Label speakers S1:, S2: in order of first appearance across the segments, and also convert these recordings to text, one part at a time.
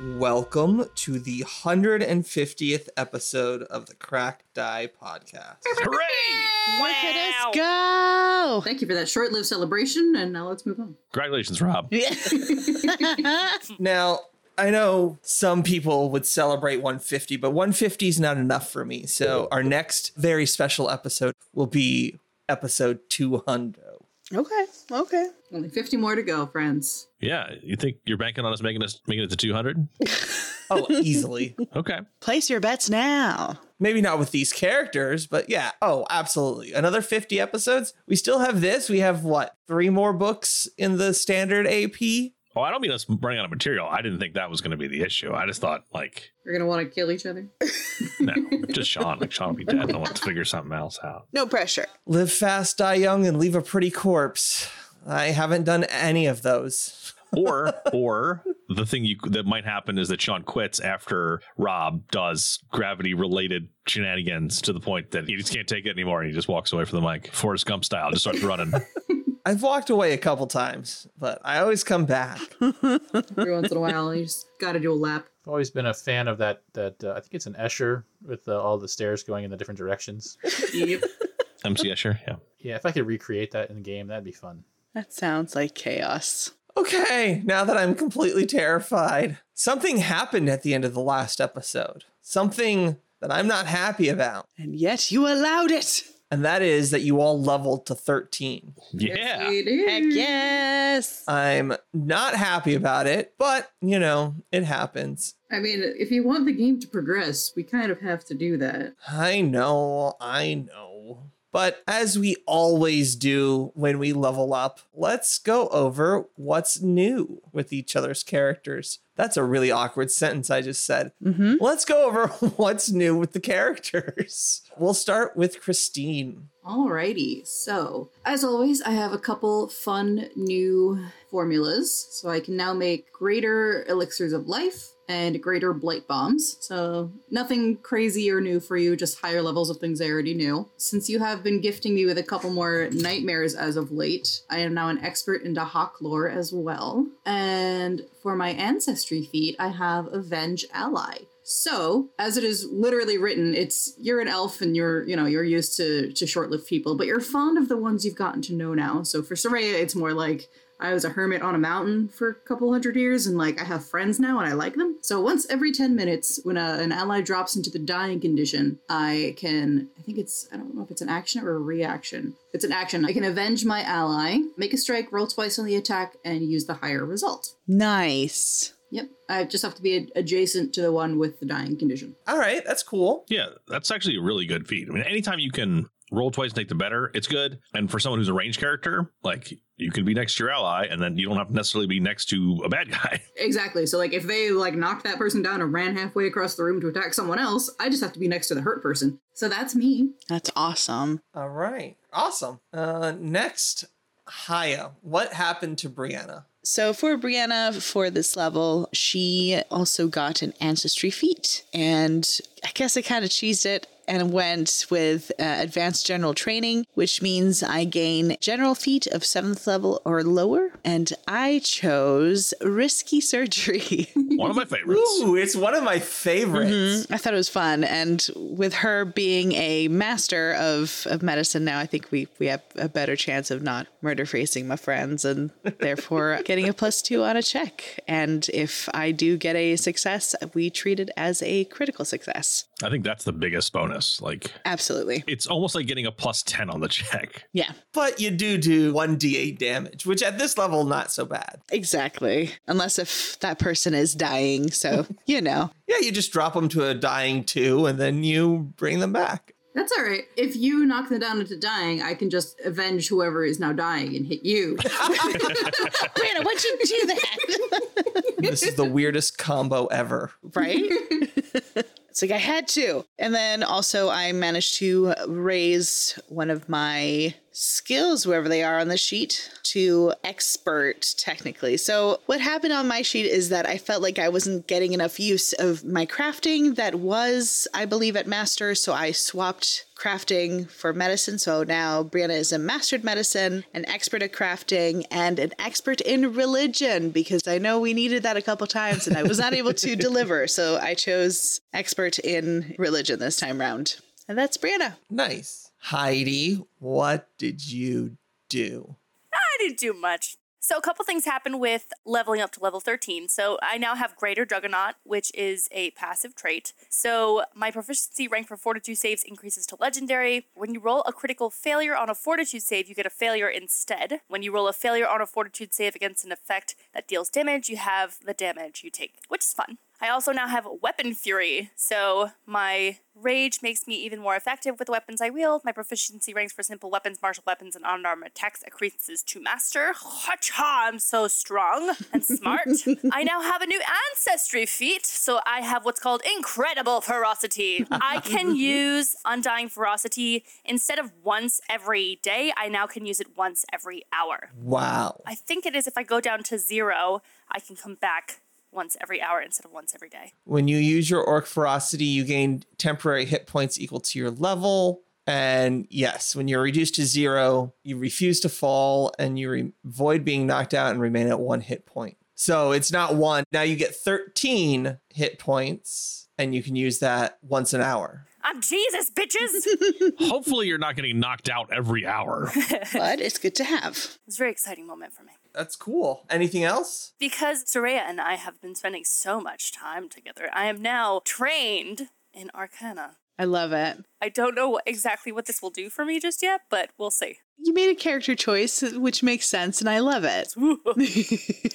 S1: welcome to the 150th episode of the Crack Die podcast.
S2: Hooray!
S3: Look at us go.
S4: Thank you for that short lived celebration, and now let's move on.
S2: Congratulations, Rob.
S1: Now, I know some people would celebrate 150, but 150 is not enough for me. So, our next very special episode will be episode 200.
S3: okay. Okay.
S4: Only 50 more to go, friends.
S2: Yeah, you think you're banking on us making us making it to 200?
S1: Oh, easily.
S2: Okay.
S3: Place your bets now.
S1: Maybe not with these characters, but yeah. Oh, absolutely. Another 50 episodes. We still have this. We have what? Three more books in the standard AP?
S2: Oh, I don't mean us running out of material. I didn't think that was going to be the issue. I just thought like,
S4: We're going to want to kill each other.
S2: no, just Sean. Like Sean will be dead. I want to figure something else out.
S3: No pressure.
S1: Live fast, die young, and leave a pretty corpse. I haven't done any of those.
S2: Or or the thing you that might happen is that Sean quits after Rob does gravity related shenanigans to the point that he just can't take it anymore and he just walks away from the mic, Forrest Gump style, just starts running.
S1: I've walked away a couple times, but I always come back.
S4: Every once in a while, you just got to do a lap.
S5: I've always been a fan of that. That uh, I think it's an Escher with uh, all the stairs going in the different directions.
S4: Yep.
S2: MC Escher, yeah.
S5: Yeah, if I could recreate that in the game, that'd be fun.
S3: That sounds like chaos.
S1: Okay, now that I'm completely terrified, something happened at the end of the last episode. Something that I'm not happy about.
S3: And yet you allowed it.
S1: And that is that you all leveled to 13.
S2: Yeah.
S4: We did.
S3: Heck yes.
S1: I'm not happy about it, but you know, it happens.
S4: I mean, if you want the game to progress, we kind of have to do that.
S1: I know, I know. But as we always do when we level up, let's go over what's new with each other's characters. That's a really awkward sentence I just said.
S3: Mm-hmm.
S1: Let's go over what's new with the characters. We'll start with Christine.
S4: Alrighty, so as always, I have a couple fun new formulas. So I can now make greater elixirs of life and greater blight bombs. So nothing crazy or new for you, just higher levels of things I already knew. Since you have been gifting me with a couple more nightmares as of late, I am now an expert into hawk lore as well. And for my ancestry feat, I have Avenge Ally. So, as it is literally written, it's you're an elf and you're, you know, you're used to to short-lived people, but you're fond of the ones you've gotten to know now. So for Soraya, it's more like I was a hermit on a mountain for a couple hundred years and like I have friends now and I like them. So once every 10 minutes when a, an ally drops into the dying condition, I can I think it's I don't know if it's an action or a reaction. It's an action. I can avenge my ally, make a strike, roll twice on the attack and use the higher result.
S3: Nice.
S4: Yep. I just have to be ad- adjacent to the one with the dying condition.
S1: All right, that's cool.
S2: Yeah, that's actually a really good feat. I mean, anytime you can roll twice and take the better, it's good. And for someone who's a ranged character, like you can be next to your ally, and then you don't have to necessarily be next to a bad guy.
S4: Exactly. So like if they like knocked that person down and ran halfway across the room to attack someone else, I just have to be next to the hurt person. So that's me.
S3: That's awesome.
S1: All right, awesome. Uh, next, Haya. What happened to Brianna?
S3: So for Brianna, for this level, she also got an ancestry feat, and I guess I kind of cheesed it and went with uh, advanced general training, which means I gain general feat of seventh level or lower, and I chose risky surgery.
S2: One of my favorites.
S1: Ooh, it's one of my favorites.
S3: Mhm. I thought it was fun, and with her being a master of, of medicine now, I think we we have a better chance of not murder facing my friends, and therefore getting a plus two on a check. And if I do get a success, we treat it as a critical success.
S2: I think that's the biggest bonus. Like
S3: Absolutely,
S2: it's almost like getting a plus ten on the check.
S3: yeah,
S1: But you do do 1d8 damage, which at this level, not so bad.
S3: exactly. Unless if that person is dying, so you know,
S1: Yeah, you just drop them to a dying two and then you bring them back.
S4: That's all right. If you knock them down into dying, I can just avenge whoever is now dying and hit you.
S3: Brianna, why'd you do that?
S1: this is the weirdest combo ever.
S3: right? it's like I had to. And then also, I managed to raise one of my skills, wherever they are on the sheet, to expert technically. So, what happened on my sheet is that I felt like I wasn't getting enough use of my crafting that was, I believe, at master. So, I swapped crafting for medicine. So now Brianna is a mastered medicine, an expert at crafting, and an expert in religion because I know we needed that a couple times and I was not able to deliver. So I chose expert in religion this time round. And that's Brianna.
S1: Nice. Heidi, what did you do?
S6: I didn't do much. So a couple things happened with leveling up to level 13. So I now have Greater Juggernaut, which is a passive trait. So my proficiency rank for fortitude saves increases to legendary. When you roll a critical failure on a fortitude save, you get a failure instead. When you roll a failure on a fortitude save against an effect that deals damage, you have the damage you take, which is fun. I also now have Weapon Fury, so my rage makes me even more effective with the weapons I wield. My proficiency ranks for simple weapons, martial weapons, and unarmed attacks increases to master. Ha-cha, I'm so strong and smart. I now have a new ancestry feat, so I have what's called Incredible Ferocity. I can use Undying Ferocity instead of once every day, I now can use it once every hour.
S1: Wow.
S6: I think it is if I go down to zero, I can come back once every hour instead of once every day.
S1: When you use your orc ferocity, you gain temporary hit points equal to your level. And yes, when you're reduced to zero, you refuse to fall and you re- avoid being knocked out and remain at one hit point. So it's not one. Now you get 13 hit points and you can use that once an hour.
S6: I'm Jesus, bitches!
S2: Hopefully, you're not getting knocked out every hour.
S3: But it's good to have.
S6: It's a very exciting moment for me.
S1: That's cool. Anything else?
S6: Because Soraya and I have been spending so much time together, I am now trained in Arcana.
S3: I love it.
S6: I don't know what, exactly what this will do for me just yet, but we'll see.
S3: You made a character choice, which makes sense, and I love it.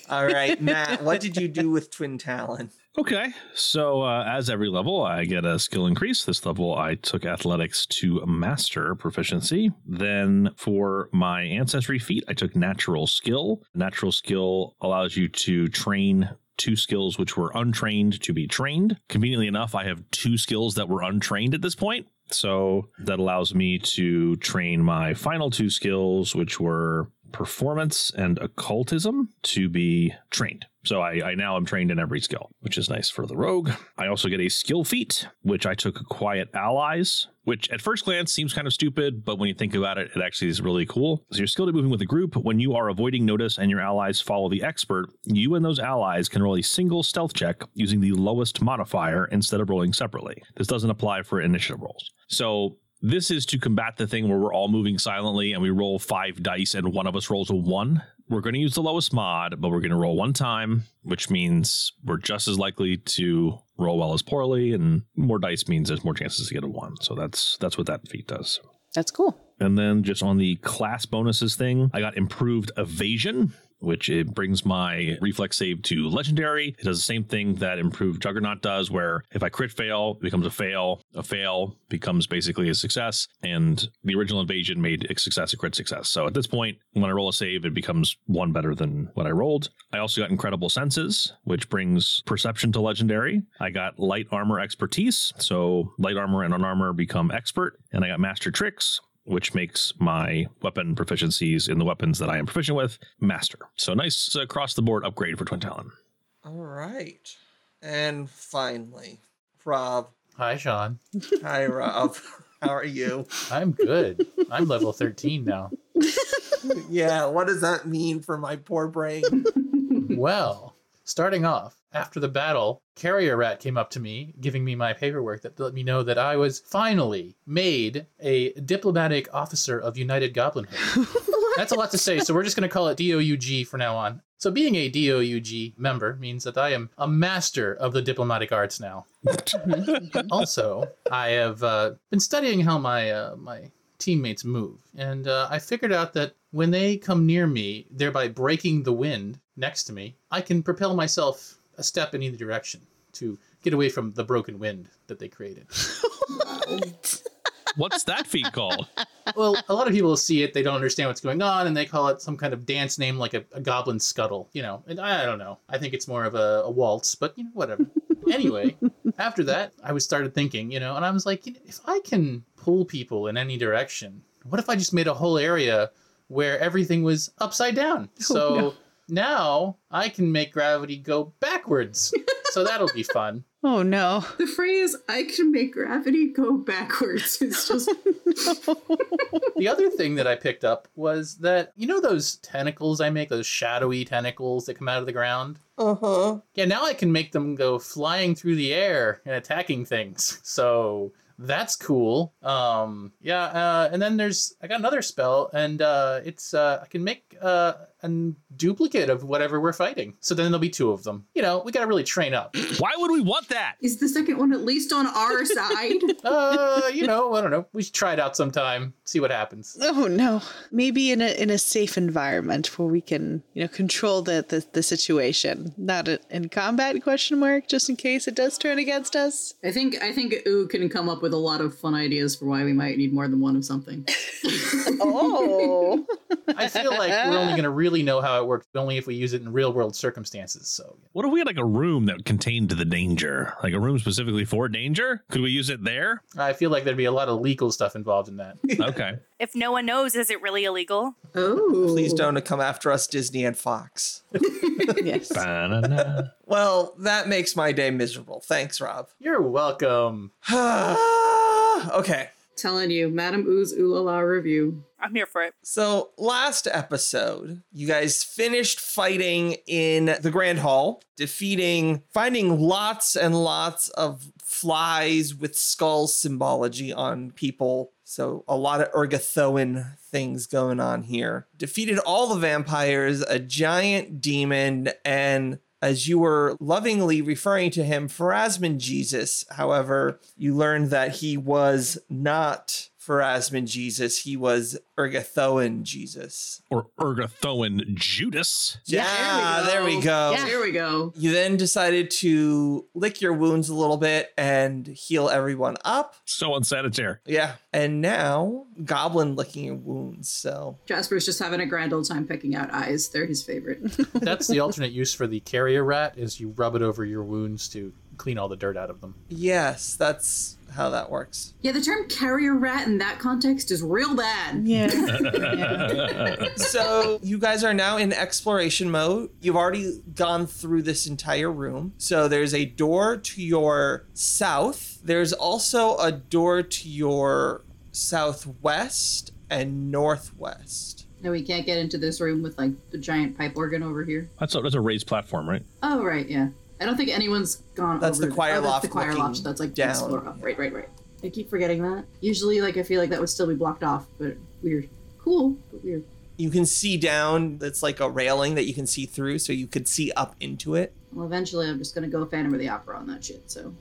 S1: All right, Matt, what did you do with Twin Talon?
S2: Okay, so uh, as every level, I get a skill increase. This level, I took athletics to master proficiency. Then for my ancestry feat, I took natural skill. Natural skill allows you to train two skills which were untrained to be trained. Conveniently enough, I have two skills that were untrained at this point. So that allows me to train my final two skills, which were performance and occultism, to be trained. So I, I now am trained in every skill, which is nice for the rogue. I also get a skill feat, which I took Quiet Allies, which at first glance seems kind of stupid, but when you think about it, it actually is really cool. So you're skilled at moving with a group. When you are avoiding notice and your allies follow the expert, you and those allies can roll a single stealth check using the lowest modifier instead of rolling separately. This doesn't apply for initiative rolls. So this is to combat the thing where we're all moving silently and we roll five dice and one of us rolls a one. We're going to use the lowest mod, but we're going to roll one time, which means we're just as likely to roll well as poorly, and more dice means there's more chances to get a one. So that's that's what that feat does.
S3: That's cool.
S2: And then just on the class bonuses thing, I got improved evasion, which it brings my reflex save to legendary. It does the same thing that improved juggernaut does, where if I crit fail, it becomes a fail. A fail becomes basically a success. And the original invasion made a success a crit success. So at this point, when I roll a save, it becomes one better than what I rolled. I also got incredible senses, which brings perception to legendary. I got light armor expertise. So light armor and unarmor become expert. And I got master tricks, which makes my weapon proficiencies in the weapons that I am proficient with master. So nice across the board upgrade for Twin Talon.
S1: All right. And finally, Rob.
S5: Hi, Sean.
S1: Hi, Rob. How are you?
S5: I'm good. I'm level 13 now.
S1: Yeah, what does that mean for my poor brain?
S5: Well, starting off, after the battle, Carrier Rat came up to me, giving me my paperwork that let me know that I was finally made a diplomatic officer of United Goblinhood. That's a lot to say, so we're just going to call it DOUG for now on. So, being a DOUG member means that I am a master of the diplomatic arts now. also, I have uh, been studying how my uh, my teammates move, and uh, I figured out that when they come near me, thereby breaking the wind next to me, I can propel myself a step in either direction to get away from the broken wind that they created.
S2: What's that feat called?
S5: well, a lot of people see it, they don't understand what's going on, and they call it some kind of dance name like a, a goblin scuttle, you know. And I, I don't know. I think it's more of a, a waltz, but you know, whatever. anyway, after that, I was started thinking, you know, and I was like, you know, if I can pull people in any direction. What if I just made a whole area where everything was upside down? so now I can make gravity go backwards. so that'll be fun.
S3: Oh no.
S4: The phrase "I can make gravity go backwards" is just
S5: The other thing that I picked up was that you know those tentacles I make, those shadowy tentacles that come out of the ground?
S1: Uh huh.
S5: Yeah, now I can make them go flying through the air and attacking things. So that's cool. Um, yeah, uh, and then there's I got another spell, and uh, it's uh, I can make uh, a duplicate of whatever we're fighting. So then there'll be two of them. You know, we gotta really train up.
S2: Why would we want that?
S4: is the second one at least on our side.
S5: Uh, you know, I don't know. We should try it out sometime. See what happens.
S3: Oh no. Maybe in a in a safe environment where we can, you know, control the the, the situation. Not i- in combat question mark just in case it does turn against us.
S4: I think I think Ooh can come up with a lot of fun ideas for why we might need more than one of something.
S3: Oh.
S5: I feel like we're only gonna really know how it works only if we use it in real world circumstances. So
S2: What if we had like a room that contained the danger? Like a room specifically for danger? Could we use it there?
S5: I feel like there'd be a lot of legal stuff involved in that.
S2: Okay.
S6: If no one knows, is it really illegal?
S4: Oh,
S1: Please don't come after us, Disney and Fox.
S3: yes.
S2: Ba-na-na.
S1: Well, that makes my day miserable. Thanks, Rob.
S5: You're welcome.
S1: okay.
S4: Telling you, Madam Ooh's Ooh La La review.
S6: I'm here for it.
S1: So, last episode, you guys finished fighting in the Grand Hall, defeating, finding lots and lots of flies with skull symbology on people. So, a lot of ergothoan things going on here. Defeated all the vampires, a giant demon, and as you were lovingly referring to him, Pharasman Jesus. However, you learned that he was not Pharasman Jesus, he was Ergothoan Jesus.
S2: Or Ergothoan Judas.
S1: Yeah, there we go.
S3: Yeah.
S4: There we go.
S1: You then decided to lick your wounds a little bit and heal everyone up.
S2: So unsanitary.
S1: Yeah. And now, goblin licking your wounds. So,
S4: Jasper's just having a grand old time picking out eyes. They're his favorite.
S5: That's the alternate use for the carrier rat is you rub it over your wounds to clean all the dirt out of them.
S1: yes, that's how that works.
S4: yeah, the term carrier rat in that context is real bad.
S3: Yeah. yeah.
S1: so you guys are now in exploration mode. You've already gone through this entire room. So there's a door to your south. There's also a door to your southwest and northwest.
S4: No, we can't get into this room with like the giant pipe organ over here.
S2: That's a, that's a raised platform, right?
S4: Oh right, yeah. I don't think anyone's gone.
S1: That's
S4: over
S1: the choir
S4: oh,
S1: loft
S4: That's the choir
S1: looking
S4: loft. That's like
S1: down.
S4: down. Floor up. Right, right, right. I keep forgetting that. Usually, like I feel like that would still be blocked off, but weird. Cool, but weird.
S1: You can see down, it's like a railing that you can see through, so you could see up into it.
S4: Well, eventually, I'm just gonna go Phantom of the Opera on that shit. So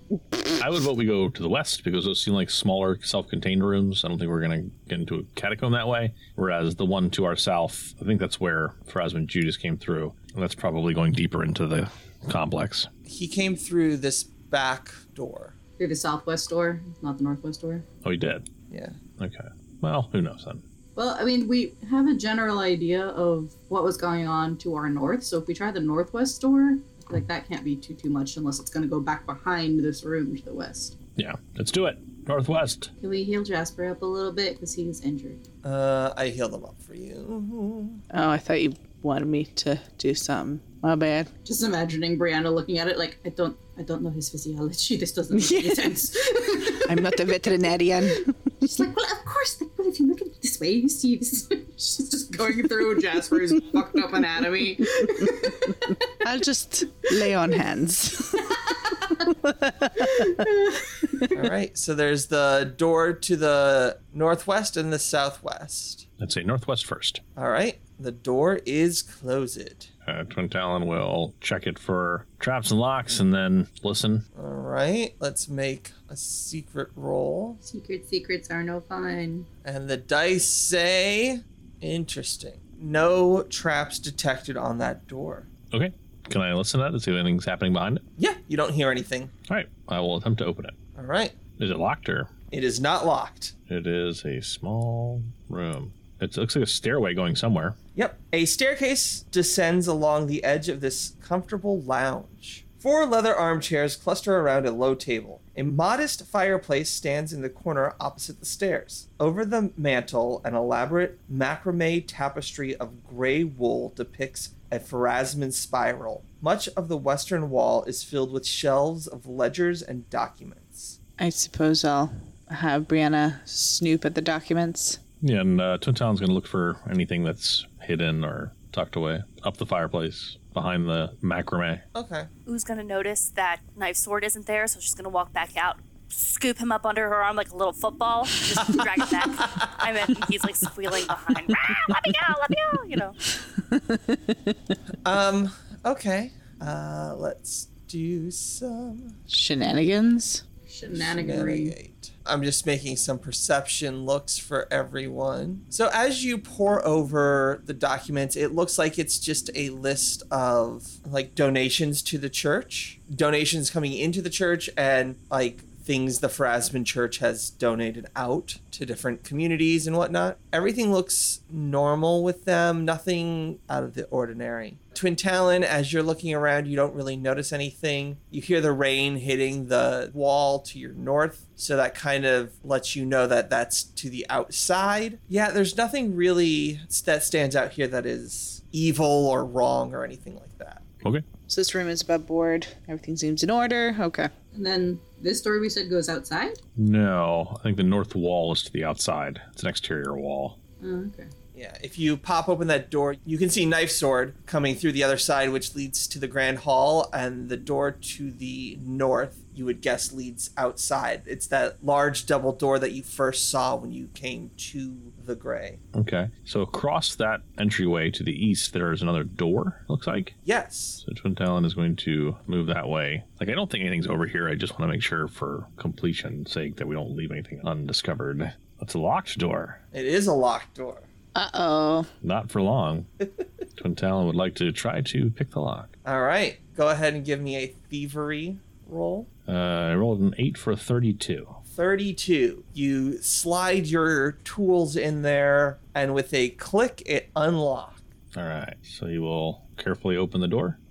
S2: I would vote we go to the west because those seem like smaller, self-contained rooms. I don't think we're going to get into a catacomb that way. Whereas the one to our south, I think that's where Phrasman Judas came through, and that's probably going deeper into the complex.
S1: He came through this back door.
S4: through the southwest door, not the northwest door.
S2: Oh, he did.
S1: Yeah.
S2: Okay. Well, who knows then?
S4: Well, I mean, we have a general idea of what was going on to our north. So if we try the northwest door, I feel like that can't be too too much unless it's gonna go back behind this room to the west.
S2: Yeah, let's do it. Northwest.
S4: Can we heal Jasper up a little bit because he was injured?
S1: Uh, I healed them up for you.
S3: Oh, I thought you wanted me to do something. My bad.
S4: Just imagining Brianna looking at it like I don't I don't know his physiology. This doesn't make any sense.
S3: I'm not a veterinarian.
S4: She's like, well, of course. Like, well, if you look at it this way, you see this. She's just going through Jasper's fucked up anatomy.
S3: I'll just lay on hands.
S1: All right. So there's the door to the northwest and the southwest.
S2: Let's say northwest first.
S1: All right. The door is closed.
S2: Uh, Twin Talon will check it for traps and locks, and then listen.
S1: All right. Let's make a secret roll.
S4: Secret secrets are no fun.
S1: And the dice say interesting. No traps detected on that door.
S2: Okay. Can I listen to that to see if anything's happening behind it?
S1: Yeah. You don't hear anything.
S2: All right. I will attempt to open it.
S1: All right.
S2: Is it locked or?
S1: It is not locked.
S2: It is a small room. It looks like a stairway going somewhere.
S1: Yep. A staircase descends along the edge of this comfortable lounge. Four leather armchairs cluster around a low table. A modest fireplace stands in the corner opposite the stairs. Over the mantel, an elaborate macrame tapestry of gray wool depicts a Pharasman spiral. Much of the western wall is filled with shelves of ledgers and documents.
S3: I suppose I'll have Brianna snoop at the documents.
S2: Yeah, and uh, Twin Town's going to look for anything that's hidden or tucked away up the fireplace behind the macrame.
S1: Okay.
S6: Oo's gonna notice that knife sword isn't there, so she's gonna walk back out, scoop him up under her arm like a little football, just drag him back. I mean, he's like squealing behind. "Ah, let me go, let me go, you know.
S1: Um, okay. Uh, let's do some
S3: Shenanigans?
S4: Shenaniganry.
S1: Navigate. I'm just making some perception looks for everyone. So as you pour over the documents, it looks like it's just a list of like donations to the church, donations coming into the church, and like things the Frasman Church has donated out to different communities and whatnot. Everything looks normal with them, nothing out of the ordinary. Twin Talon, as you're looking around, you don't really notice anything. You hear the rain hitting the wall to your north, so that kind of lets you know that that's to the outside. Yeah, there's nothing really that stands out here that is evil or wrong or anything like that.
S2: Okay.
S3: So this room is above board. Everything seems in order. Okay.
S4: And then this door we said goes outside?
S2: No, I think the north wall is to the outside. It's an exterior wall.
S4: Oh, okay.
S1: Yeah, if you pop open that door, you can see Knife Sword coming through the other side, which leads to the Grand Hall, and the door to the north, you would guess, leads outside. It's that large double door that you first saw when you came to the Grey.
S2: Okay. So across that entryway to the east, there is another door, looks like.
S1: Yes.
S2: So Twin Talon is going to move that way. Like, I don't think anything's over here. I just want to make sure for completion's sake that we don't leave anything undiscovered. It's a locked door.
S1: It is a locked door.
S3: Uh oh.
S2: Not for long. Twin Talon would like to try to pick the lock.
S1: All right. Go ahead and give me a thievery roll.
S2: Uh, I rolled an 8 for a 32.
S1: 32. You slide your tools in there, and with a click, it unlocks.
S2: All right. So you will carefully open the door.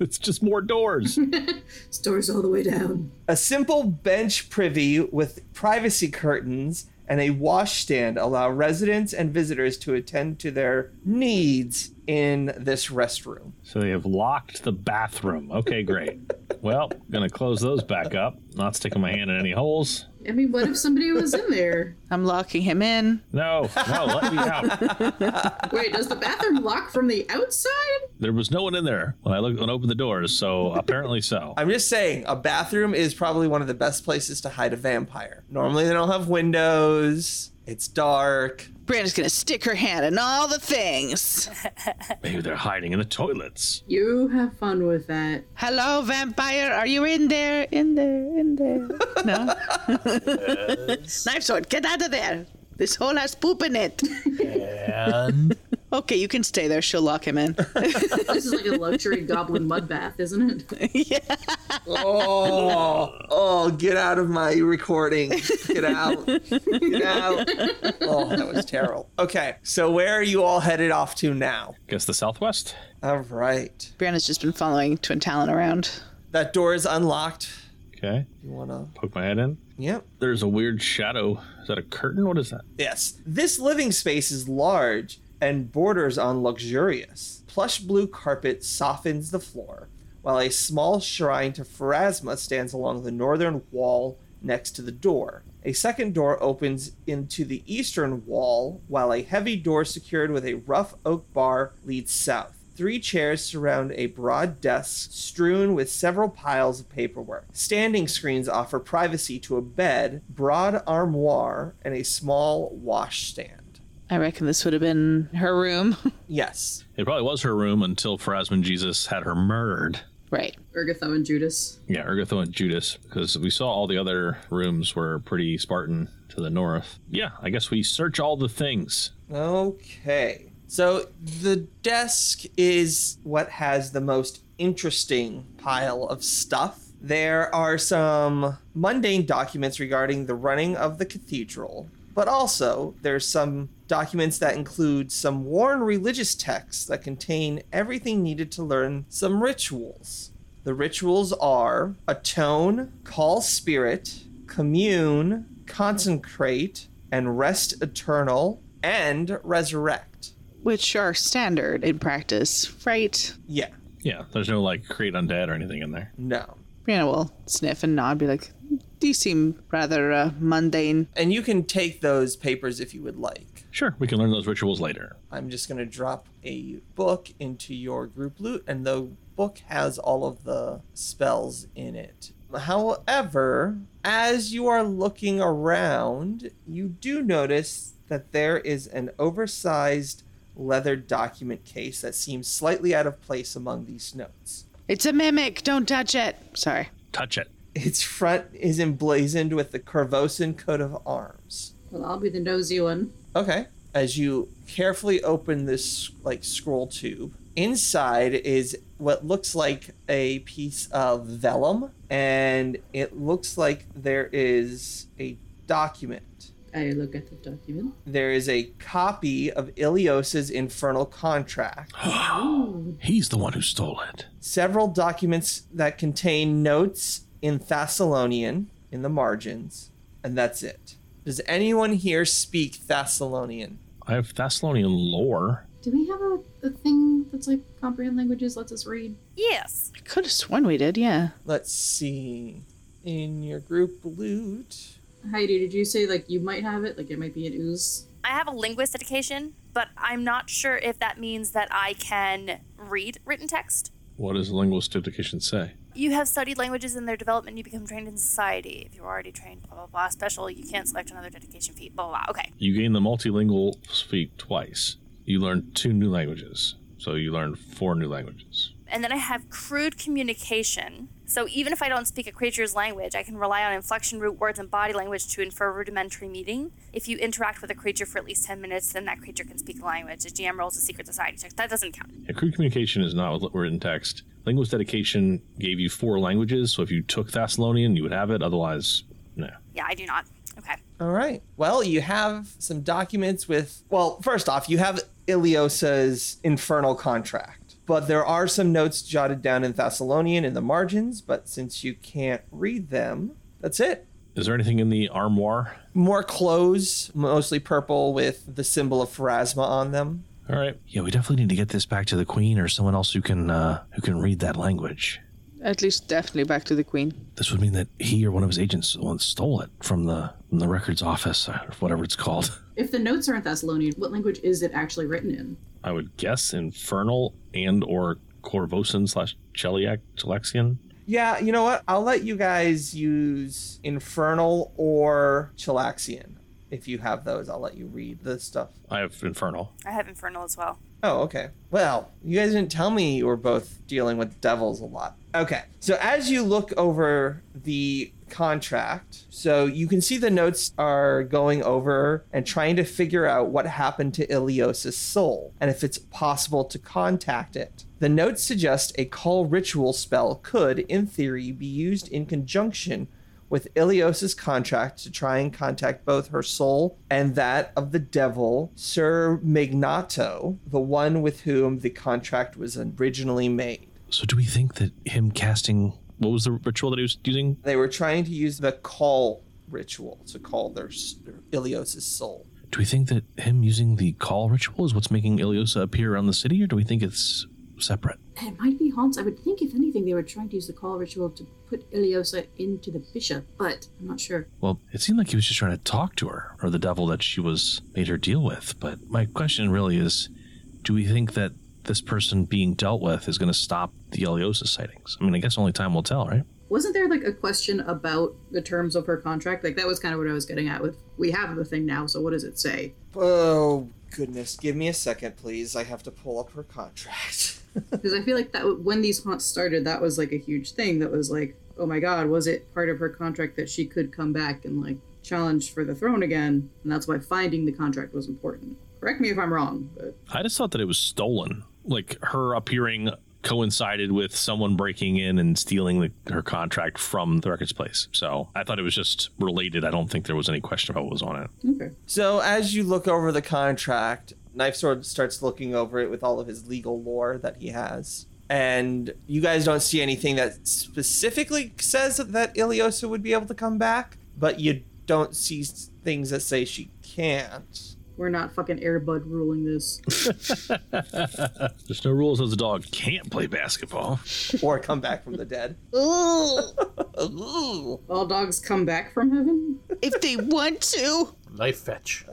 S2: It's just more doors.
S4: This door's all the way down.
S1: A simple bench privy with privacy curtains and a washstand allow residents and visitors to attend to their needs in this restroom.
S2: so they have locked the bathroom. Okay, great. Well, gonna close those back up. Not sticking my hand in any holes.
S4: I mean, what if somebody was in there?
S3: I'm locking him in.
S2: No, no, let me out.
S4: Wait, does the bathroom lock from the outside?
S2: There was no one in there when I looked when I opened the doors, so apparently so.
S1: I'm just saying, a bathroom is probably one of the best places to hide a vampire. Normally, they don't have windows, it's dark.
S3: Brianna's gonna stick her hand in all the things.
S2: Maybe they're hiding in the toilets.
S4: You have fun with that.
S3: Hello, vampire. Are you in there? In there? In there? No. Knife sword. Get out of there. This hole has poop in it.
S5: And
S3: Okay, you can stay there. She'll lock him in.
S4: This is like a luxury goblin mud bath, isn't it?
S1: Oh, oh, get out of my recording. Get out. Get out. Oh, that was terrible. Okay, so where are you all headed off to now?
S2: Guess the southwest.
S1: All right.
S3: Brianna's just been following Twin Talon around.
S1: That door is unlocked.
S2: Okay.
S1: You wanna?
S2: Poke my head in.
S1: Yep.
S2: There's a weird shadow. Is that a curtain? What is that?
S1: Yes. This living space is large and borders on luxurious. Plush blue carpet softens the floor, while a small shrine to Pharasma stands along the northern wall next to the door. A second door opens into the eastern wall, while a heavy door secured with a rough oak bar leads south. Three chairs surround a broad desk strewn with several piles of paperwork. Standing screens offer privacy to a bed, broad armoire, and a small washstand.
S3: I reckon this would have been her room.
S1: Yes.
S2: It probably was her room until Phrasman Jesus had her murdered.
S3: right.
S4: Urgatho and Judas.
S2: Yeah, Ergotho and Judas, because we saw all the other rooms were pretty Spartan to the north. Yeah, I guess we search all the things.
S1: Okay. So the desk is what has the most interesting pile of stuff. There are some mundane documents regarding the running of the cathedral, but also there's some documents that include some worn religious texts that contain everything needed to learn some rituals. The rituals are atone, call spirit, commune, consecrate, and rest eternal, and resurrect.
S3: which are standard in practice, right?
S1: Yeah,
S2: Yeah, there's no like create undead or anything in there.
S1: no.
S3: Brianna will sniff and nod, be like, "These seem rather uh, mundane."
S1: And you can take those papers if you would like.
S2: Sure, we can learn those rituals later.
S1: I'm just going to drop a book into your group loot, and the book has all of the spells in it. However, as you are looking around, you do notice that there is an oversized leather document case that seems slightly out of place among these notes.
S3: It's a mimic. Don't touch it. Sorry.
S2: Touch it.
S1: Its front is emblazoned with the Corvosan coat of arms.
S4: Well, I'll be the nosy one.
S1: Okay. As you carefully open this like scroll tube, inside is what looks like a piece of vellum, and it looks like there is a document.
S4: I look at the document.
S1: There is a copy of Ilios's infernal contract,
S2: He's the one who stole it.
S1: several documents that contain notes in Thessalonian in the margins, and that's it. Does anyone here speak Thessalonian?
S2: I have Thessalonian lore.
S4: Do we have a, a thing that's like comprehend languages lets us read?
S6: Yes.
S3: I could have sworn we did. Yeah.
S1: Let's see. In your group loot,
S4: Heidi, did you say like you might have it? Like it might be an ooze?
S6: I have a linguist education, but I'm not sure if that means that I can read written text.
S2: What does linguist education say?
S6: You have studied languages and their development, you become trained in society. If you're already trained, blah, blah, blah. Special, you can't select another dedication feat, blah, blah, blah. Okay.
S2: You gain the multilingual speak twice. You learn two new languages. So you learn four new languages.
S6: And then I have crude communication. So even if I don't speak a creature's language, I can rely on inflection, root words, and body language to infer rudimentary meaning. If you interact with a creature for at least 10 minutes, then that creature can speak a language. The GM rolls a secret society check. That doesn't count.
S2: Yeah, crude communication is not with written text. Linguist dedication gave you four languages, so if you took Thessalonian, you would have it. Otherwise, no.
S6: Yeah, I do not. Okay.
S1: All right. Well, you have some documents with. Well, first off, you have Iliosa's infernal contract, but there are some notes jotted down in Thessalonian in the margins, but since you can't read them, that's it.
S2: Is there anything in the armoire?
S1: More clothes, mostly purple with the symbol of Pharasma on them.
S2: All right. Yeah, we definitely need to get this back to the queen or someone else who can uh, who can read that language.
S3: At least, definitely back to the queen.
S2: This would mean that he or one of his agents once stole it from the from the records office or whatever it's called.
S4: If the notes are in Thessalonian, what language is it actually written in?
S2: I would guess infernal and or Corvosan slash Cheliac Chelexian.
S1: Yeah, you know what? I'll let you guys use Infernal or Chilaxian. If you have those, I'll let you read the stuff.
S2: I have infernal.
S6: I have Infernal as well.
S1: Oh, okay. Well, you guys didn't tell me you were both dealing with devils a lot. Okay. So as you look over the contract, so you can see the notes are going over and trying to figure out what happened to Ilios' soul and if it's possible to contact it. The notes suggest a call ritual spell could, in theory, be used in conjunction with Ilios's contract to try and contact both her soul and that of the devil, Sir Magnato, the one with whom the contract was originally made.
S2: So do we think that him casting what was the ritual that he was using?
S1: They were trying to use the call ritual to call their, their Ilios's soul.
S2: Do we think that him using the call ritual is what's making Iliosa appear around the city, or do we think it's separate?
S4: It might be haunts. I would think, if anything, they were trying to use the call ritual to put Iliosa into the bishop, but I'm not sure.
S2: Well, it seemed like he was just trying to talk to her, or the devil that she was made her deal with. But my question really is, do we think that this person being dealt with is going to stop the Iliosa sightings? I mean, I guess only time will tell, right?
S4: Wasn't there like a question about the terms of her contract? Like that was kind of what I was getting at with we have the thing now, so what does it say?
S1: Oh, goodness. Give me a second, please. I have to pull up her contract.
S4: Because I feel like that when these haunts started, that was like a huge thing. That was like, oh my god, was it part of her contract that she could come back and like challenge for the throne again? And that's why finding the contract was important. Correct me if I'm wrong, but
S2: I just thought that it was stolen. Like her appearing coincided with someone breaking in and stealing the, her contract from the records place. So I thought it was just related. I don't think there was any question about what was on it.
S4: okay.
S1: So as you look over the contract, Knife Sword starts looking over it with all of his legal lore that he has. and you guys don't see anything that specifically says that Iliosa would be able to come back, but you don't see s- things that say she can't.
S4: We're not fucking Airbud ruling this.
S2: There's no rules as a dog can't play basketball.
S1: or come back from the dead. Ooh.
S4: All dogs come back from heaven?
S3: if they want to.
S5: Life fetch.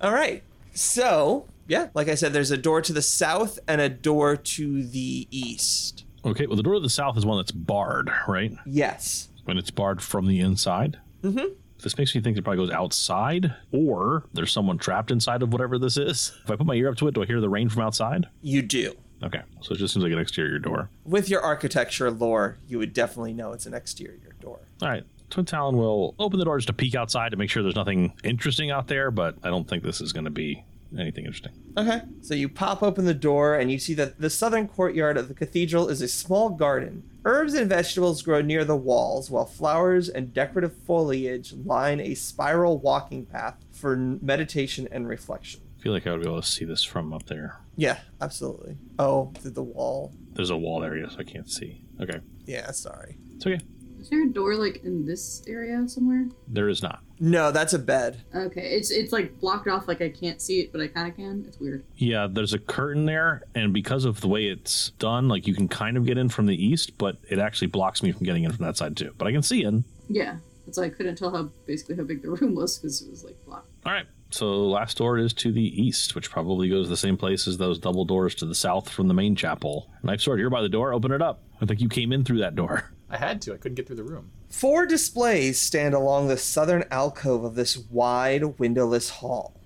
S1: All right. So, yeah, like I said, there's a door to the south and a door to the east.
S2: Okay, well, the door to the south is one that's barred, right?
S1: Yes.
S2: When it's barred from the inside.
S1: Mhm.
S2: This makes me think it probably goes outside, or there's someone trapped inside of whatever this is. If I put my ear up to it, do I hear the rain from outside?
S1: You do.
S2: Okay, so it just seems like an exterior door.
S1: With your architecture lore, you would definitely know it's an exterior door.
S2: All right, Twin Talon will open the door just to peek outside to make sure there's nothing interesting out there, but I don't think this is going to be anything interesting.
S1: Okay. So you pop open the door and you see that the southern courtyard of the cathedral is a small garden. Herbs and vegetables grow near the walls, while flowers and decorative foliage line a spiral walking path for meditation and reflection.
S2: I feel like I would be able to see this from up there.
S1: Yeah, absolutely. Oh, through the wall.
S2: There's a wall area, so I can't see. Okay,
S1: Yeah, sorry.
S2: it's okay.
S4: Is there a door like in this area somewhere?
S2: There is not.
S1: No, that's a bed.
S4: Okay, it's it's like blocked off like I can't see it, but I kinda can. It's weird.
S2: Yeah, there's a curtain there, and because of the way it's done, like you can kind of get in from the east, but it actually blocks me from getting in from that side too. But I can see in.
S4: Yeah. That's why I couldn't tell how basically how big the room was because it was like blocked.
S2: All right. So last door is to the east, which probably goes the same place as those double doors to the south from the main chapel. Knife sword, you're by the door. Open it up. I think you came in through that door.
S5: I had to. I couldn't get through the room.
S1: Four displays stand along the southern alcove of this wide, windowless hall,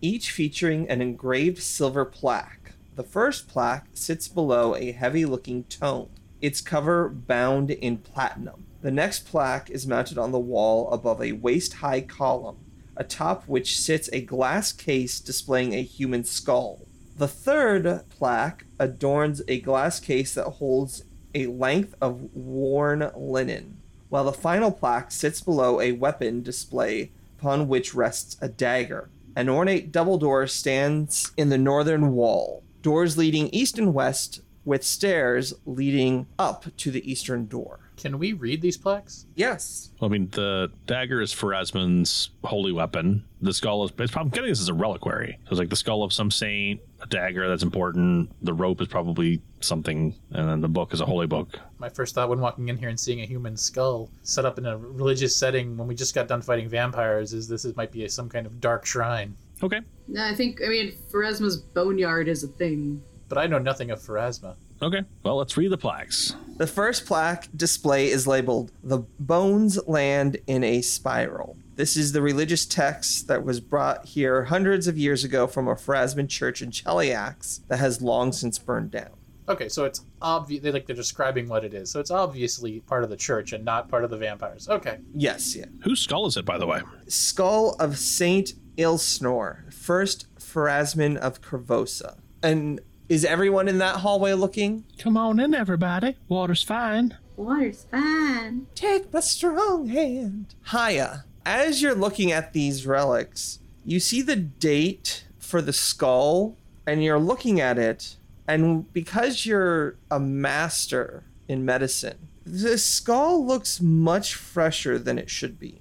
S1: each featuring an engraved silver plaque. The first plaque sits below a heavy looking tome, its cover bound in platinum. The next plaque is mounted on the wall above a waist high column, atop which sits a glass case displaying a human skull. The third plaque adorns a glass case that holds a length of worn linen while the final plaque sits below a weapon display upon which rests a dagger. An ornate double door stands in the northern wall, doors leading east and west, with stairs leading up to the eastern door.
S5: Can we read these plaques?
S1: Yes.
S2: Well, I mean, the dagger is Pharasman's holy weapon. The skull is, it's probably, I'm getting this is a reliquary. So it's like the skull of some saint, a dagger that's important. The rope is probably something, and then the book is a holy book.
S5: My first thought when walking in here and seeing a human skull set up in a religious setting when we just got done fighting vampires is this is, might be a, some kind of dark shrine.
S2: Okay.
S4: No, I think I mean Pharasma's boneyard is a thing.
S5: But I know nothing of Pharasma.
S2: Okay. Well, let's read the plaques.
S1: The first plaque display is labeled The Bones Land in a Spiral. This is the religious text that was brought here hundreds of years ago from a Phrasman church in Cheliax that has long since burned down.
S5: Okay, so it's obvious. They like they're describing what it is, so it's obviously part of the church and not part of the vampires. Okay,
S1: Yes, yeah.
S2: Whose skull is it, by the way?
S1: Skull of Saint Ilsnor, first Pharasman of Corvosa. And is everyone in that hallway looking?
S2: Come on in, everybody. Water's fine.
S4: Water's fine.
S1: Take the strong hand. Haya, as you're looking at these relics, you see the date for the skull, and you're looking at it, and because you're a master in medicine, the skull looks much fresher than it should be.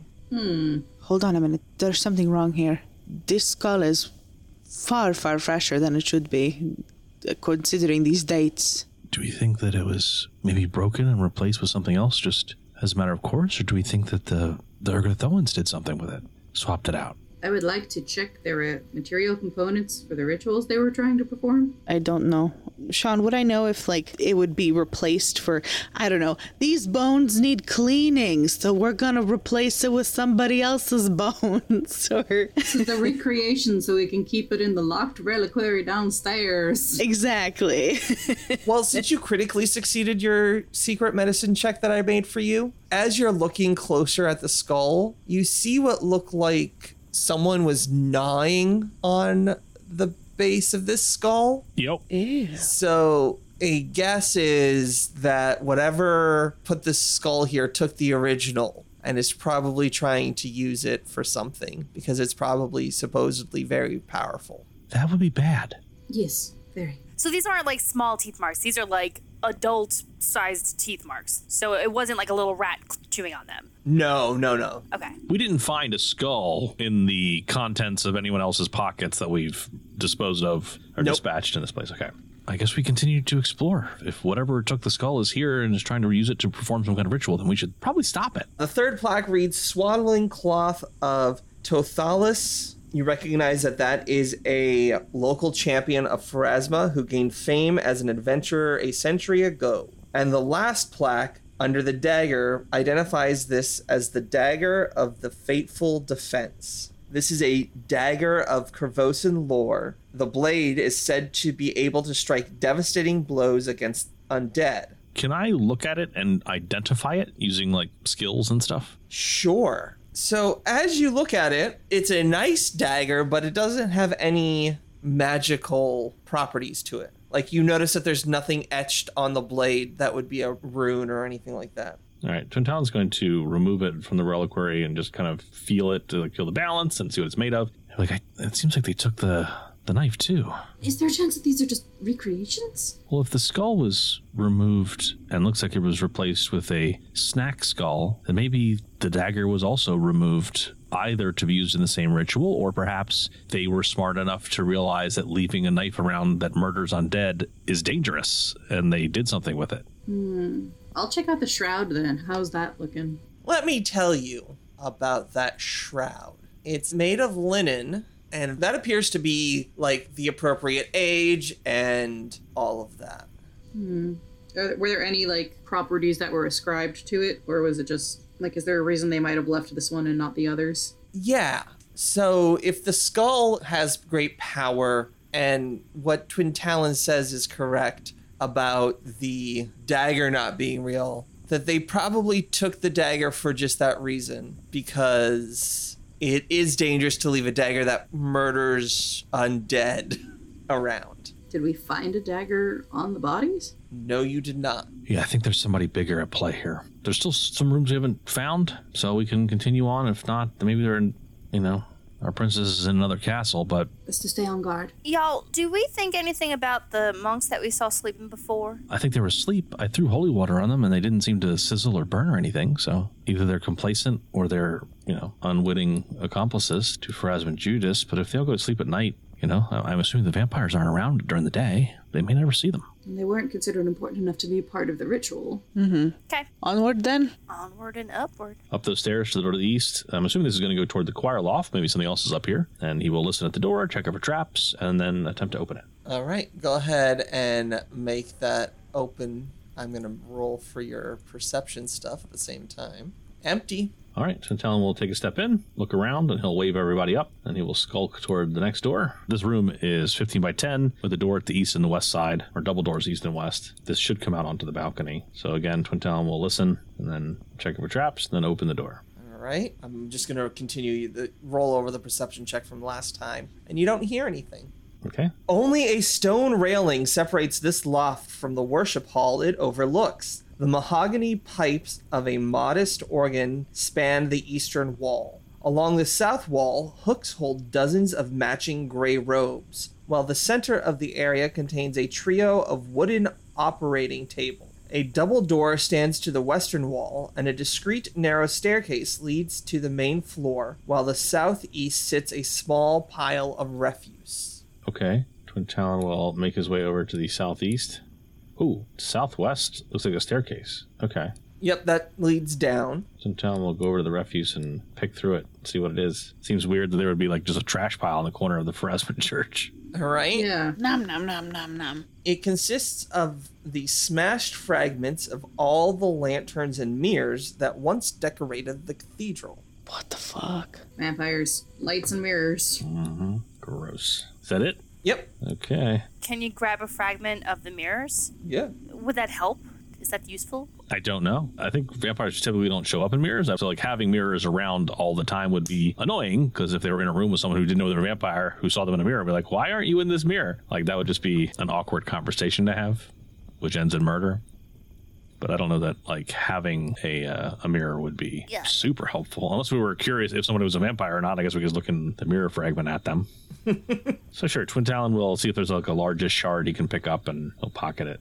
S3: Hold on a minute. There's something wrong here. This skull is far, far fresher than it should be, uh, considering these dates.
S2: Do we think that it was maybe broken and replaced with something else just as a matter of course, or do we think that the, the Ergothoans did something with it? Swapped it out.
S4: I would like to check their uh, material components for the rituals they were trying to perform.
S3: I don't know. Sean, would I know if like it would be replaced for I don't know. These bones need cleaning, so we're going to replace it with somebody else's bones or
S4: This is the recreation so we can keep it in the locked reliquary downstairs.
S3: Exactly.
S1: Well, since you critically succeeded your secret medicine check that I made for you, as you're looking closer at the skull, you see what looked like someone was gnawing on the base of this skull.
S2: Yep.
S1: So, a guess is that whatever put this skull here took the original and is probably trying to use it for something because it's probably supposedly very powerful.
S2: That would be bad.
S4: Yes. Very.
S6: So these aren't like small teeth marks. These are like adult sized teeth marks. So it wasn't like a little rat chewing on them.
S1: No, no, no.
S6: Okay.
S2: We didn't find a skull in the contents of anyone else's pockets that we've disposed of or
S1: Nope.
S2: dispatched in this place. Okay. I guess we continue to explore. If whatever took the skull is here and is trying to use it to perform some kind of ritual, then we should probably stop it.
S1: The third plaque reads Swaddling Cloth of Tothalis. You recognize that that is a local champion of Pharasma who gained fame as an adventurer a century ago. And the last plaque under the dagger identifies this as the dagger of the fateful defense. This is a dagger of Kervosan lore. The blade is said to be able to strike devastating blows against undead.
S2: Can I look at it and identify it using like skills and stuff?
S1: Sure. So as you look at it, it's a nice dagger, but it doesn't have any magical properties to it. Like you notice that there's nothing etched on the blade that would be a rune or anything like that.
S2: All right, Toontown's going to remove it from the reliquary and just kind of feel it to like, feel the balance and see what it's made of. Like, I, it seems like they took the the knife too.
S4: Is there a chance that these are just recreations?
S2: Well, if the skull was removed and looks like it was replaced with a snack skull, then maybe the dagger was also removed, either to be used in the same ritual, or perhaps they were smart enough to realize that leaving a knife around that murders undead is dangerous, and they did something with it.
S4: I'll check out the shroud then. How's that looking?
S1: Let me tell you about that shroud. It's made of linen, and that appears to be like the appropriate age and all of that.
S4: Are, were there any like properties that were ascribed to it, or was it just like is there a reason they might have left this one and not the others?
S1: Yeah. So if the skull has great power, and what Twin Talon says is correct about the dagger not being real, that they probably took the dagger for just that reason because it is dangerous to leave a dagger that murders undead around.
S4: Did we find a dagger on the bodies?
S1: No, you did not.
S2: Yeah, I think there's somebody bigger at play here. There's still s- some rooms we haven't found, so we can continue on. If not, then maybe they're in, you know, our princess is in another castle, but
S4: Is to stay on guard.
S6: Y'all, do we think anything about the monks that we saw sleeping before?
S2: I think they were asleep. I threw holy water on them and they didn't seem to sizzle or burn or anything. So either they're complacent or they're, you know, unwitting accomplices to Pharasma and Judas. But if they all go to sleep at night, you know, I- I'm assuming the vampires aren't around during the day. They may never see them.
S4: And they weren't considered important enough to be part of the ritual.
S6: Okay.
S3: Onward then.
S6: Onward and upward.
S2: Up those stairs to the door to the east. I'm assuming this is going to go toward the choir loft. Maybe something else is up here. And he will listen at the door, check over traps, and then attempt to open it.
S1: All right, go ahead and make that open. I'm going to roll for your perception stuff at the same time. Empty.
S2: All right, so Talon will take a step in, look around, and he'll wave everybody up, and he will skulk toward the next door. This room is 15 by 10 with a door at the east and the west side, or double doors east and west. This should come out onto the balcony. So again, Twin Talon will listen and then check for traps, and then open the door.
S1: All right. I'm just going to continue the roll over the perception check from last time, and you don't hear anything.
S2: Okay.
S1: Only a stone railing separates this loft from the worship hall it overlooks. The mahogany pipes of a modest organ span the eastern wall. Along the south wall, hooks hold dozens of matching gray robes, while the center of the area contains a trio of wooden operating tables. A double door stands to the western wall, and a discreet narrow staircase leads to the main floor, while the southeast sits a small pile of refuse.
S2: Okay. Twin Talon will make his way over to the southeast. Ooh, southwest looks like a staircase. Okay.
S1: Yep, that leads down.
S2: Twin Talon will go over to the refuse and pick through it, see what it is. Seems weird that there would be like just a trash pile in the corner of the Pharasman church.
S1: All right.
S4: Yeah.
S3: Nom nom nom nom nom.
S1: It consists of the smashed fragments of all the lanterns and mirrors that once decorated the cathedral.
S3: What the fuck?
S4: Vampires, lights and mirrors.
S2: Gross. Is that it?
S1: Yep.
S2: Okay.
S6: Can you grab a fragment of the mirrors?
S1: Yeah.
S6: Would that help? Is that useful?
S2: I don't know. I think vampires typically don't show up in mirrors. So, like, having mirrors around all the time would be annoying because if they were in a room with someone who didn't know they were a vampire who saw them in a mirror, I'd be like, why aren't you in this mirror? Like, that would just be an awkward conversation to have, which ends in murder. but I don't know that like having a uh, a mirror would be
S6: Yeah.
S2: super helpful. Unless we were curious if somebody was a vampire or not. I guess we could just look in the mirror fragment at them. so sure, Twin Talon will see if there's like a largest shard he can pick up and he'll pocket it.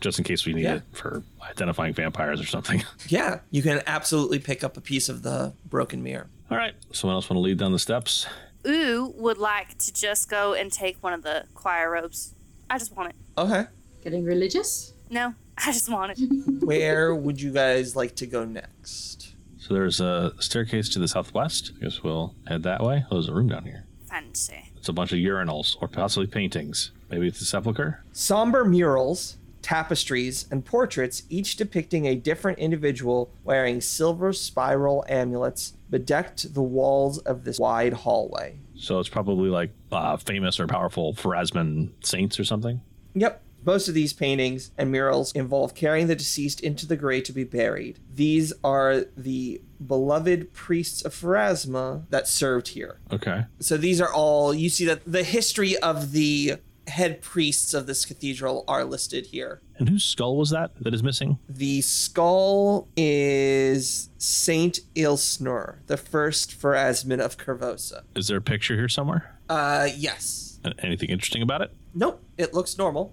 S2: Just in case we need
S1: Yeah.
S2: it for identifying vampires or something.
S1: Yeah, you can absolutely pick up a piece of the broken mirror.
S2: All right. Someone else want to lead down the steps?
S6: Ooh would like to just go and take one of the choir robes. I just want it.
S1: Okay.
S4: Getting religious?
S6: No, I just want it.
S1: Where would you guys like to go next?
S2: So there's a staircase to the southwest. I guess we'll head that way. Oh, there's a room down here.
S6: Fancy.
S2: It's a bunch of urinals or possibly paintings. Maybe it's a sepulcher.
S1: Somber murals, tapestries, and portraits, each depicting a different individual wearing silver spiral amulets, bedecked the walls of this wide hallway.
S2: So it's probably like uh, famous or powerful Pharasman saints or something.
S1: Yep. Most of these paintings and murals involve carrying the deceased into the grave to be buried. These are the beloved priests of Pharasma that served here.
S2: Okay.
S1: So these are all you see that the history of the head priests of this cathedral are listed here.
S2: And whose skull was that that is missing?
S1: The skull is Saint Ilsnor, the first Pharasman of Curvosa.
S2: Is there a picture here somewhere?
S1: Uh yes.
S2: A- Anything interesting about it?
S1: Nope, it looks normal.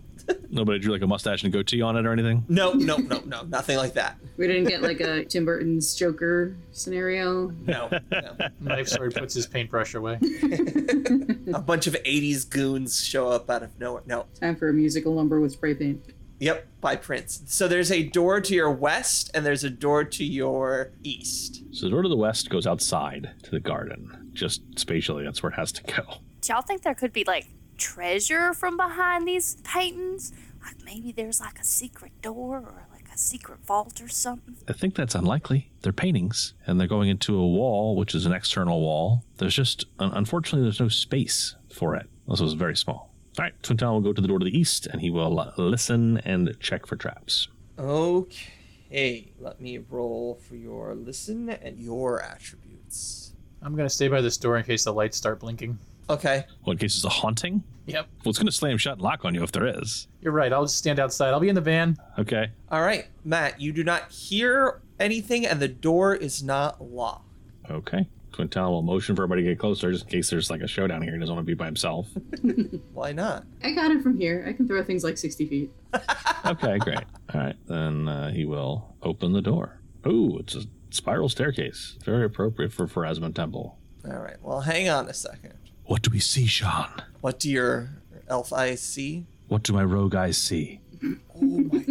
S2: Nobody drew like a mustache and goatee on it or anything?
S1: No, no, no, no, nothing like that.
S4: We didn't get like a Tim Burton's Joker scenario.
S1: No, no.
S5: Knife Sword puts his paintbrush away.
S1: A bunch of 80s goons show up out of nowhere. No.
S4: Time for a musical number with spray paint.
S1: Yep, by Prince. So there's a door to your west and there's a door to your east.
S2: So the door to the west goes outside to the garden. Just spatially, that's where it has to go.
S6: Do y'all think there could be like treasure from behind these paintings? Like maybe there's like a secret door or like a secret vault or something?
S2: I think that's unlikely. They're paintings, and they're going into a wall, which is an external wall. There's just, un- unfortunately, there's no space for it. This was very small. All right, Twintown will go to the door to the east, and he will uh, listen and check for traps.
S1: Okay, let me roll for your listen and your attributes.
S5: I'm gonna stay by this door in case the lights start blinking.
S1: Okay,
S2: Well, in case it's a haunting,
S5: Yep.
S2: well, it's going to slam shut and lock on you if there is.
S5: You're right. I'll just stand outside. I'll be in the van.
S2: Okay.
S1: all right, Matt, you do not hear anything and the door is not locked.
S2: Okay. Twintown will motion for everybody to get closer, just in case there's like a showdown here. He doesn't want to be by himself.
S1: Why not?
S4: I got it from here. I can throw things like 60 feet.
S2: okay, great. All right, then uh, he will open the door. Ooh, it's a spiral staircase. Very appropriate for Pharasman Temple.
S1: All right, well, hang on a second.
S2: What do we see, Sean?
S1: What do your elf eyes see?
S2: What do my rogue eyes see?
S1: Oh my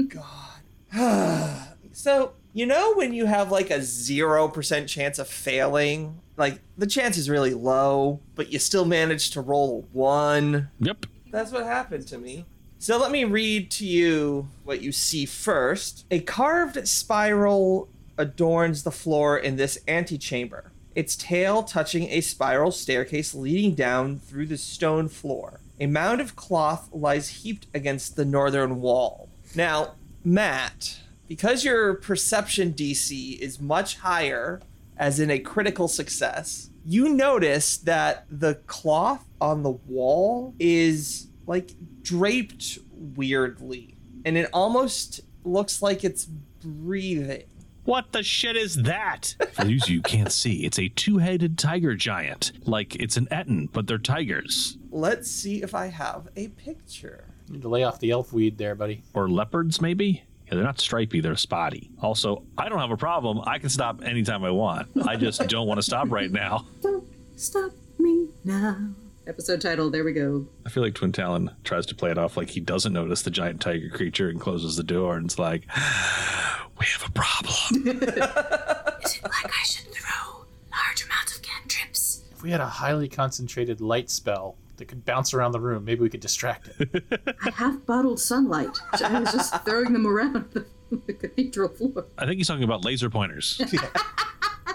S1: god. so, you know when you have like a 0% chance of failing? Like, the chance is really low, but you still manage to roll a 1.
S2: Yep.
S1: That's what happened to me. So let me read to you what you see first. A carved spiral adorns the floor in this antechamber, its tail touching a spiral staircase leading down through the stone floor. A mound of cloth lies heaped against the northern wall. Now, Matt, because your perception DC is much higher, as in a critical success, you notice that the cloth on the wall is like draped weirdly and it almost looks like it's breathing.
S2: What the shit is that? For those of you who can't see, it's a two headed tiger giant. Like it's an Etin, but they're tigers.
S1: Let's see if I have a picture.
S5: Need to lay off the elf weed there, buddy.
S2: Or leopards, maybe? Yeah, they're not stripy, they're spotty. Also, I don't have a problem. I can stop anytime I want. I just don't want to stop right now.
S4: Don't stop me now. Episode title, there we go.
S2: I feel like Twin Talon tries to play it off like he doesn't notice the giant tiger creature and closes the door and it's like, we have a problem.
S4: Like I should throw large amounts of cantrips.
S5: If we had a highly concentrated light spell that could bounce around the room, maybe we could distract it.
S4: I have bottled sunlight. I was just throwing them around the, the cathedral floor.
S2: I think he's talking about laser pointers.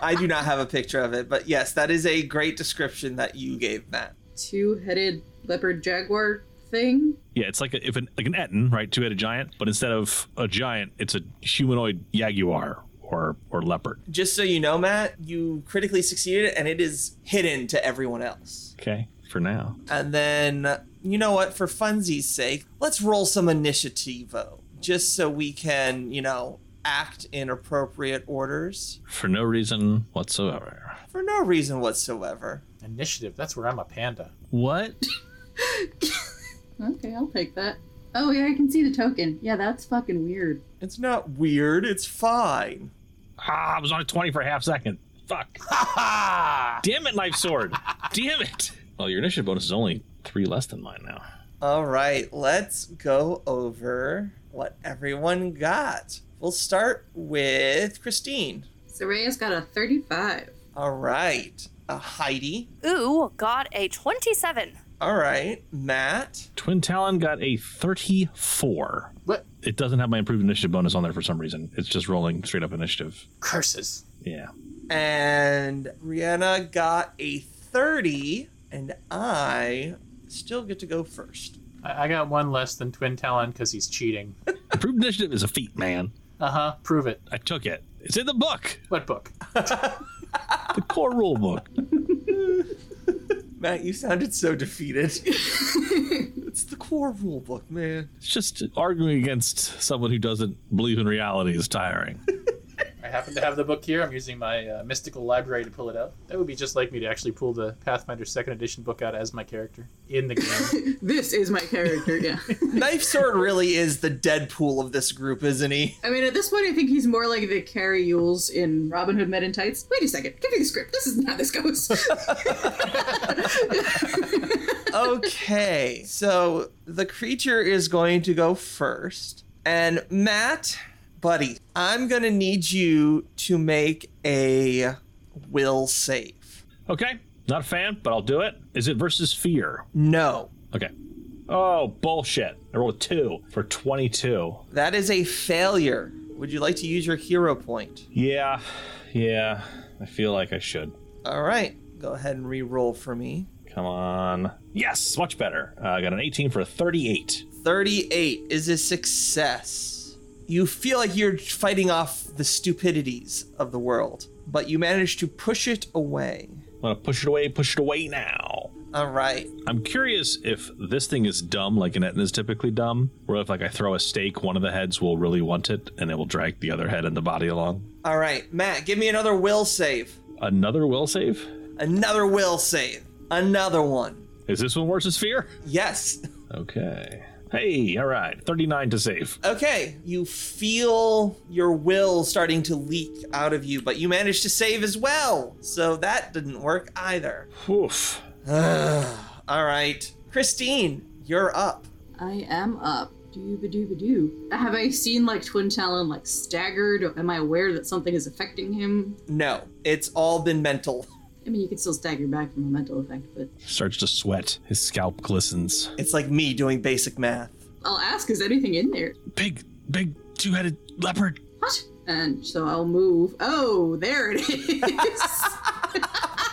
S1: I do not have a picture of it, but yes, that is a great description that you gave, Matt.
S4: Two-headed leopard jaguar thing.
S2: yeah, it's like a, if an like an Etin, right? Two headed giant, but instead of a giant, it's a humanoid jaguar or or leopard.
S1: Just so you know, Matt, you critically succeeded and it is hidden to everyone else.
S2: Okay, for now.
S1: And then, you know what, for funsies' sake, let's roll some initiativo. Just so we can, you know, act in appropriate orders
S2: for no reason whatsoever.
S1: for no reason whatsoever.
S5: Initiative. That's where I'm a panda.
S2: What?
S4: Okay, I'll take that. Oh, yeah, I can see the token. Yeah, that's fucking weird.
S1: It's not weird, it's fine.
S2: ah, I was on a 20 for a half second. Fuck.
S5: Ha
S2: Damn it, knife sword. Damn it. Well, your initiative bonus is only three less than mine now.
S1: All right, let's go over what everyone got. We'll start with Christine.
S4: Soraya's got a 35.
S1: All right. Uh, Heidi.
S6: Ooh, got a 27.
S1: All right. Matt.
S2: Twin Talon got a 34.
S5: What?
S2: It doesn't have my improved initiative bonus on there for some reason. It's just rolling straight up initiative.
S5: Curses.
S2: Yeah.
S1: And Rihanna got a 30. And I still get to go first.
S5: I, I got one less than Twin Talon because he's cheating.
S2: Improved initiative is a feat, man.
S5: Uh huh. Prove it.
S2: I took it. It's in the book,
S5: What book?
S2: the core rule book.
S1: Matt, you sounded so defeated. it's the core rule book, man.
S2: It's just arguing against someone who doesn't believe in reality is tiring.
S5: I happen to have the book here. I'm using my uh, mystical library to pull it out. That would be just like me to actually pull the Pathfinder Second Edition book out as my character in the game.
S4: This is my character, yeah.
S1: Knife Sword really is the Deadpool of this group, isn't he?
S4: I mean, at this point, I think he's more like the Carrie Yules in Robin Hood Men in Tights. Wait a second, give me the script. This is not how this goes.
S1: okay. So the creature is going to go first. And Matt, buddy, I'm going to need you to make a will save.
S2: Okay, not a fan, but I'll do it. Is it versus fear?
S1: No,
S2: Okay. Oh, bullshit. I rolled a two for 22.
S1: that is a failure. Would you like to use your hero point?
S2: Yeah, yeah. I feel like I should.
S1: All right. Go ahead and re roll for me.
S2: Come on. Yes, much better. Uh, I got an 18 for a 38.
S1: 38 is a success. You feel like you're fighting off the stupidities of the world, but you manage to push it away.
S2: I'm gonna push it away, push it away now.
S1: All right.
S2: I'm curious if this thing is dumb, like an Etna is typically dumb, where if like I throw a stake, one of the heads will really want it, and it will drag the other head and the body along.
S1: All right, Matt, give me another will save.
S2: Another will save?
S1: Another will save. Another one.
S2: Is this one worse as fear?
S1: Yes.
S2: Okay. Hey, all right. 39 to save.
S1: Okay, you feel your will starting to leak out of you, but you managed to save as well. So that didn't work either.
S2: Oof.
S1: All right, Christine, you're up.
S4: I am up. Dooba dooba doo. Have I seen like Twin Talon like staggered? Am I aware that something is affecting him?
S1: No, it's all been mental.
S4: I mean, you could still stagger back from a mental effect, but
S2: Starts to sweat. His scalp glistens.
S1: It's like me doing basic math.
S4: I'll ask, is anything in there?
S2: Big, big two headed leopard.
S4: What? And so I'll move. Oh, there it is.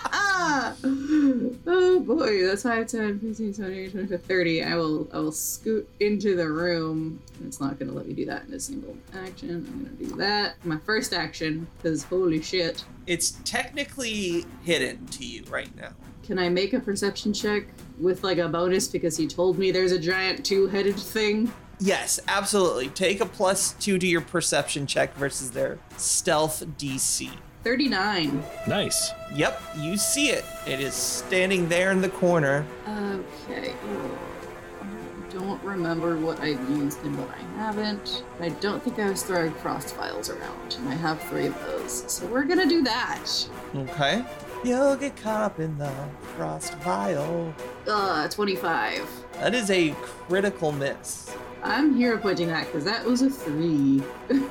S4: oh boy, that's 5, 10, 15, 20, 20, 30. I will I will scoot into the room. It's not gonna let me do that in a single action. I'm gonna do that. My first action, because holy shit.
S1: It's technically hidden to you right now.
S4: Can I make a perception check with like a bonus because he told me there's a giant two-headed thing?
S1: Yes, absolutely. Take a plus two to your perception check versus their stealth DC.
S4: 39.
S2: Nice.
S1: Yep, you see it. It is standing there in the corner.
S4: Okay. oh, I don't remember what I've used and what I haven't. I don't think I was throwing frost files around, and I have three of those. So we're gonna do that.
S1: Okay. You'll get caught up in the frost vial.
S4: Uh, 25.
S1: That is a critical miss.
S4: I'm hero pointing that because that was a three.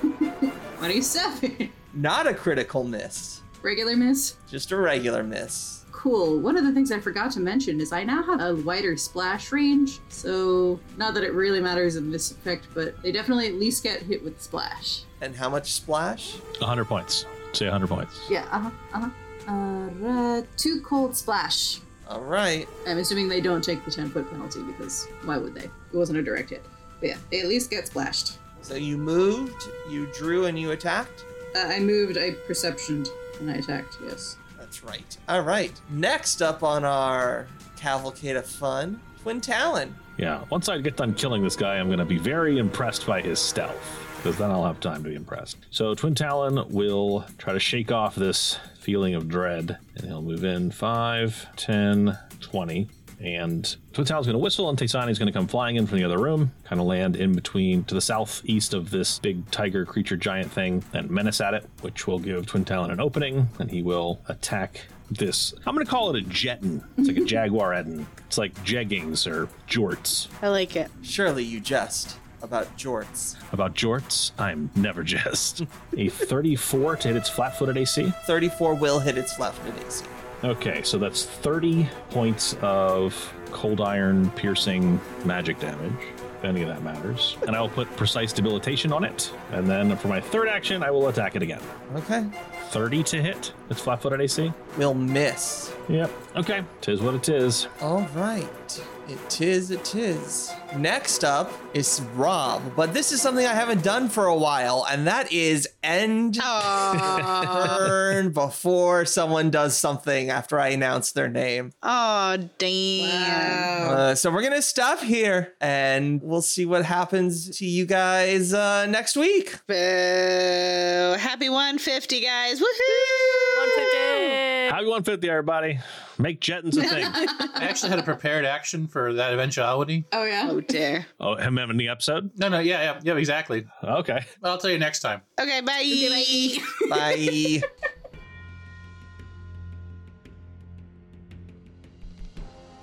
S4: 27.
S1: Not a critical miss,
S4: Regular miss.
S1: just a regular miss.
S4: Cool. One of the things I forgot to mention is I now have a wider splash range, so not that it really matters in this effect, but they definitely at least get hit with splash.
S1: And how much splash?
S2: 100 points. Say 100 points.
S4: Yeah, uh-huh, uh-huh. Uh, two cold splash.
S1: All right.
S4: I'm assuming they don't take the 10 foot penalty because why would they? It wasn't a direct hit. But yeah, they at least get splashed.
S1: So you moved, you drew, and you attacked?
S4: Uh, I moved, I perceptioned, and I attacked, yes.
S1: That's right. All right. Next up on our cavalcade of fun Twin Talon.
S2: Yeah. Once I get done killing this guy, I'm going to be very impressed by his stealth because then I'll have time to be impressed. So Twin Talon will try to shake off this feeling of dread and he'll move in 5, 10, 20. And Twin Talon's going to whistle, and Taysani's going to come flying in from the other room, kind of land in between to the southeast of this big tiger creature giant thing, and menace at it, which will give Twin Talon an opening, and he will attack this. I'm going to call it a jetin. It's like a jaguaretin. It's like jeggings or jorts.
S3: I like it.
S1: Surely you jest about jorts.
S2: About jorts, I'm never just. a 34 to hit its flat footed AC.
S1: 34 will hit its left in AC.
S2: Okay, so that's 30 points of cold iron piercing magic damage, if any of that matters. And I'll put precise debilitation on it. And then for my third action, I will attack it again.
S1: Okay.
S2: 30 to hit its flat footed AC.
S1: We'll miss.
S2: Yep. Okay, tis what it is.
S1: All right. It tis, it tis. Next up is Rob, but this is something I haven't done for a while, and that is end
S3: Oh,
S1: turn before someone does something after I announce their name.
S3: oh damn.
S1: Uh, so we're gonna stop here, and we'll see what happens to you guys uh, next week.
S3: Boo. Happy 150, guys. Woohoo.
S6: 150.
S2: How you 150, everybody? Make Jettons a thing.
S5: I actually had a prepared action for that eventuality.
S4: Oh yeah.
S3: Oh, dear.
S2: oh, him having the episode?
S5: No, no, yeah, yeah, yeah, exactly.
S2: Okay.
S5: But I'll tell you next time.
S3: Okay, bye.
S4: Okay, bye.
S1: Bye.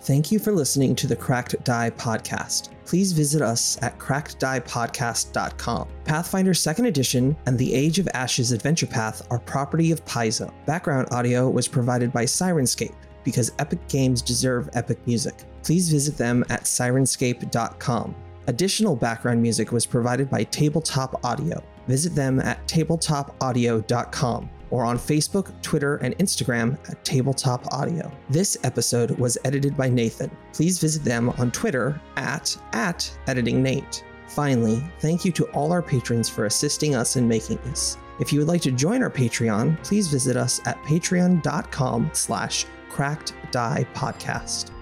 S1: Thank you for listening to the Cracked Die podcast. Please visit us at crackediepodcast.com. Pathfinder 2nd Edition and the Age of Ashes Adventure Path are property of Paizo. Background audio was provided by Sirenscape because epic games deserve epic music. Please visit them at sirenscape.com. Additional background music was provided by Tabletop Audio. Visit them at tabletopaudio.com or on Facebook, Twitter, and Instagram at Tabletop Audio. This episode was edited by Nathan. Please visit them on Twitter at, at editingnate. Finally, thank you to all our patrons for assisting us in making this. If you would like to join our Patreon, please visit us at patreon.com slash cracked die podcast.